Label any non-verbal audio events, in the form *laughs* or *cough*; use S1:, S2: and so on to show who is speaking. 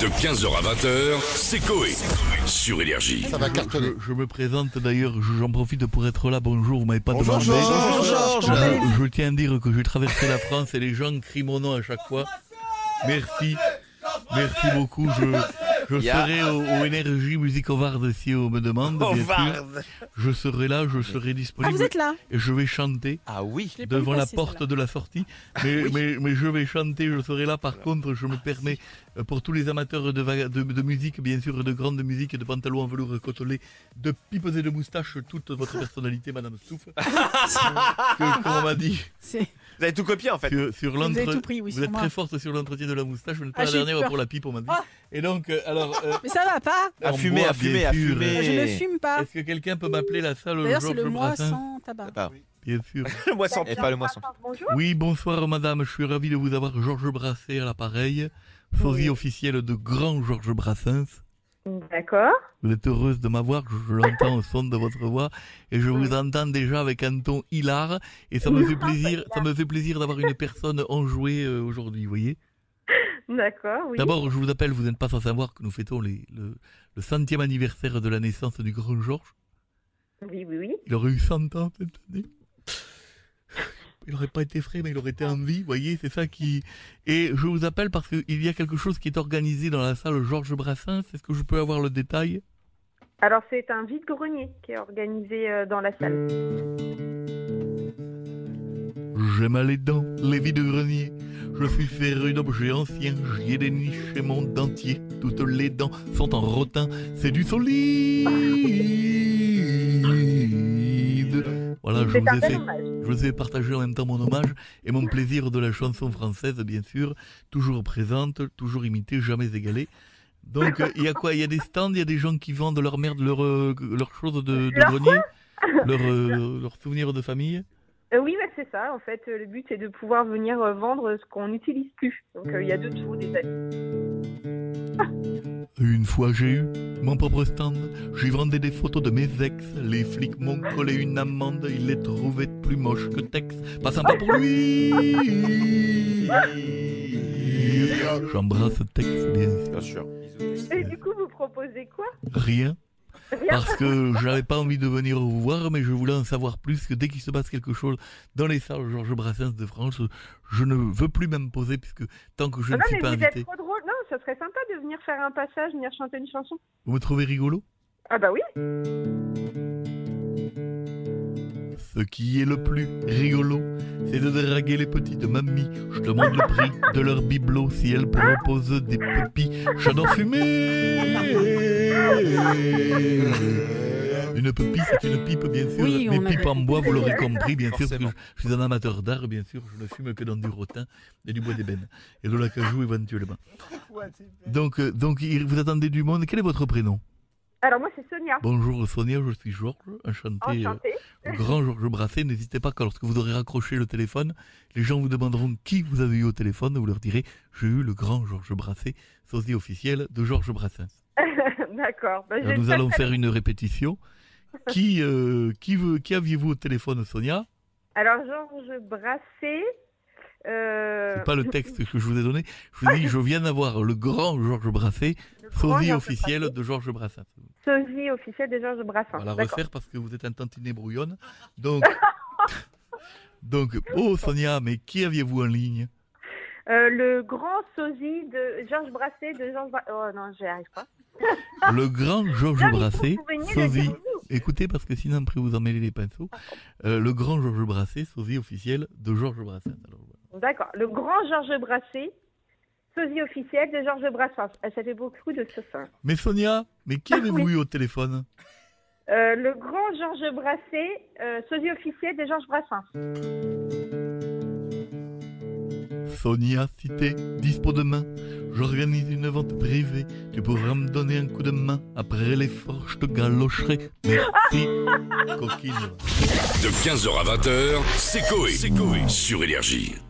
S1: De 15h à 20h, c'est Coé. Sur Énergie.
S2: Ça va cartonner.
S3: Je, je me présente d'ailleurs, je- j'en profite pour être là. Bonjour, vous m'avez pas
S2: Bonjour,
S3: demandé.
S2: Georges. Bonjour,
S3: Je- je tiens à dire que j'ai traversé la France et les gens crient mon nom à chaque fois. Merci. Merci beaucoup. Je, je serai au, au Énergie Musique Ovarde si on me demande. Bien sûr. Je serai là, je serai
S4: Ah,
S3: disponible.
S4: vous êtes là
S3: Et je vais chanter
S5: Ah oui
S4: Je l'ai pas
S3: devant
S4: vu
S3: la
S4: passer,
S3: porte
S4: celle-là.
S3: de la
S4: *laughs*
S3: sortie. Mais, mais, mais je vais chanter, je serai là. Par contre, je me permets, euh, pour tous les amateurs de, va- de, de musique, bien sûr, de grande musique, de pantalons en velours côtelé, de pipes et de moustaches, toute votre
S4: *laughs*
S3: personnalité, Madame Stouff. *laughs* que, comme on m'a dit,
S4: C'est-
S5: Vous avez tout copié en fait
S3: sur, sur
S4: Vous avez
S3: l'entre-
S4: tout pris, oui,
S3: vous êtes
S4: sur moi.
S3: très forte sur l'entretien de la moustache, vous n'êtes pas
S4: Ah,
S3: la
S4: j'ai eu
S3: dernière
S4: peur.
S3: pour la pipe, on m'a dit.
S4: Ah.
S3: Et donc, euh, alors, euh,
S4: Mais ça va pas
S5: À
S3: on
S5: fumer,
S3: boit,
S5: à fumer,
S3: bien
S5: à
S3: sûr.
S5: fumer.
S4: Je ne fume pas.
S3: Est-ce que quelqu'un peut m'appeler la salle
S4: Ah. D'ailleurs, c'est
S3: Georges
S4: le mois
S3: Brassens
S4: sans tabac.
S5: Eh
S3: Bien sûr.
S5: *laughs* Le moisson Et ben Eh, pas le moisson
S3: Oui, bonsoir madame, je suis ravi de vous avoir Georges Brassens à l'appareil, sosie officiel de grand Georges Brassens.
S6: D'accord.
S3: Vous êtes heureuse de m'avoir, je je l'entends au son de votre voix et je vous entends déjà avec un ton hilar et ça me fait plaisir, ça me fait plaisir d'avoir une personne enjouée euh, aujourd'hui, vous voyez.
S6: D'accord, oui.
S3: D'abord, je vous appelle, vous n'êtes pas sans savoir que nous fêtons les- le, le centième anniversaire de la naissance du grand Georges.
S6: Oui, oui, oui.
S3: Il aurait eu 100 ans cette année. Il n'aurait pas été frais, mais il aurait été en vie, vous voyez, c'est ça qui... Et je vous appelle parce qu'il y a quelque chose qui est organisé dans la salle Georges Brassens, est-ce que je peux avoir le détail
S6: Alors, c'est un vide-grenier qui est organisé euh, dans la salle.
S3: J'aime aller dans les vides-greniers, je suis féru d'objets anciens, j'y ai des niches et mon dentier, toutes les dents sont en rotin, c'est du solide Voilà, je
S6: C'est un
S3: vous ai
S6: bel
S3: fait
S6: hommage.
S3: Je vous ai partagé en même temps mon hommage et mon plaisir de la chanson française, bien sûr, toujours présente, toujours imitée, jamais égalée. Donc, euh, il y a quoi Il y a des stands, il y a des gens qui vendent leur merde, leur, euh, leurs choses de, de
S6: Leur
S3: grenier, leurs euh, leurs souvenirs de famille.
S6: Euh, oui, bah, c'est ça. En fait, euh, le but, c'est de pouvoir venir euh, vendre ce qu'on n'utilise plus. Donc, euh, il y a de tout,
S3: Mmh.
S6: des habits.
S3: Une fois j'ai eu mon propre stand, j'y vendais des photos de mes ex. Les flics m'ont collé une amende, ils les trouvaient plus moches que Tex. Pas sympa pour lui J'embrasse Tex, bien sûr.
S5: Bien sûr.
S6: Et du coup, vous proposez quoi
S3: Rien. Parce que j'avais pas envie de venir vous voir, mais je voulais en savoir plus, que dès qu'il se passe quelque chose dans les salles Georges Brassens de France, je ne veux plus m'imposer, puisque tant que je
S6: Ah
S3: ne
S6: Non,
S3: suis
S6: mais vous
S3: pas
S6: êtes
S3: invité.
S6: trop drôle. Non, ça serait sympa de venir faire un passage, venir chanter une chanson.
S3: Vous me trouvez rigolo
S6: Ah bah oui.
S3: Ce qui est le plus rigolo, c'est de draguer les petites mamies. Je demande le prix de leur bibelot si elles proposent des pupilles. J'adore fumer Une pupille, c'est une pipe, bien sûr.
S4: Oui,
S3: Mes
S4: on
S3: pipes
S4: avait
S3: en bois, vous l'aurez compris, bien sûr.
S5: Forcément.
S3: parce que je suis un amateur d'art, bien sûr. Je ne fume que dans du rotin et du bois d'ébène. Et de la cajou, éventuellement. Donc, euh, donc, il- vous attendez du monde. Quel est votre prénom
S6: Alors, moi, c'est Sonia.
S3: Bonjour Sonia, je suis Georges, enchanté. euh,
S6: Enchantée.
S3: au grand Georges Brassens, n'hésitez pas quand lorsque vous aurez raccroché le téléphone, les gens vous demanderont qui vous avez eu au téléphone, vous leur direz j'ai eu le grand Georges Brassens, sosie officiel de Georges Brassens.
S6: *laughs* D'accord. Bah,
S3: Alors,
S6: j'ai
S3: euh, nous
S6: pas-
S3: allons faire
S6: *laughs*
S3: une répétition. Qui, euh, qui, veut, qui aviez-vous au téléphone, Sonia
S6: Alors, Georges Brassé. Euh...
S3: C'est pas le texte que je vous ai donné. Je vous ai dit, je viens d'avoir le grand Georges Brassens,
S6: le grand
S3: sosie
S6: Georges
S3: officiel de Georges Brassens.
S6: Brassé. Sosie officielle de Georges Brassens.
S3: On va la
S6: D'accord.
S3: refaire parce que vous êtes un
S6: *laughs*
S3: tantinet brouillonne. Donc, *laughs* donc, oh Sonia, mais qui aviez-vous en ligne
S6: Euh, le grand sosie de Georges Brassé de Georges Bra- Oh non, j'y arrive pas.
S3: *laughs* Le grand Georges
S6: Non, mais il faut
S3: Brassens,
S6: que vous veniez le
S3: sosie.
S6: dire vous.
S3: Écoutez, parce que sinon après vous emmêlez les pinceaux. Euh, le grand Georges Brassens, sosie officiel de Georges Brassens. Alors, voilà.
S6: D'accord. Le grand Georges Brassé, sosie officielle de Georges Brassens. Ah, Ça fait beaucoup de sosin.
S3: Mais Sonia, mais qui
S6: Ah,
S3: avez-vous
S6: oui.
S3: eu au téléphone
S6: Euh, le grand Georges Brassé, euh, sosie officielle de Georges Brassens.
S3: Sonia Cité, dispo demain. J'organise une vente privée. Tu pourras me donner un coup de main. Après l'effort, je te galocherai.
S6: *laughs*
S3: Merci, coquine.
S1: De 15h à 20h, c'est Coé. Sur Énergie.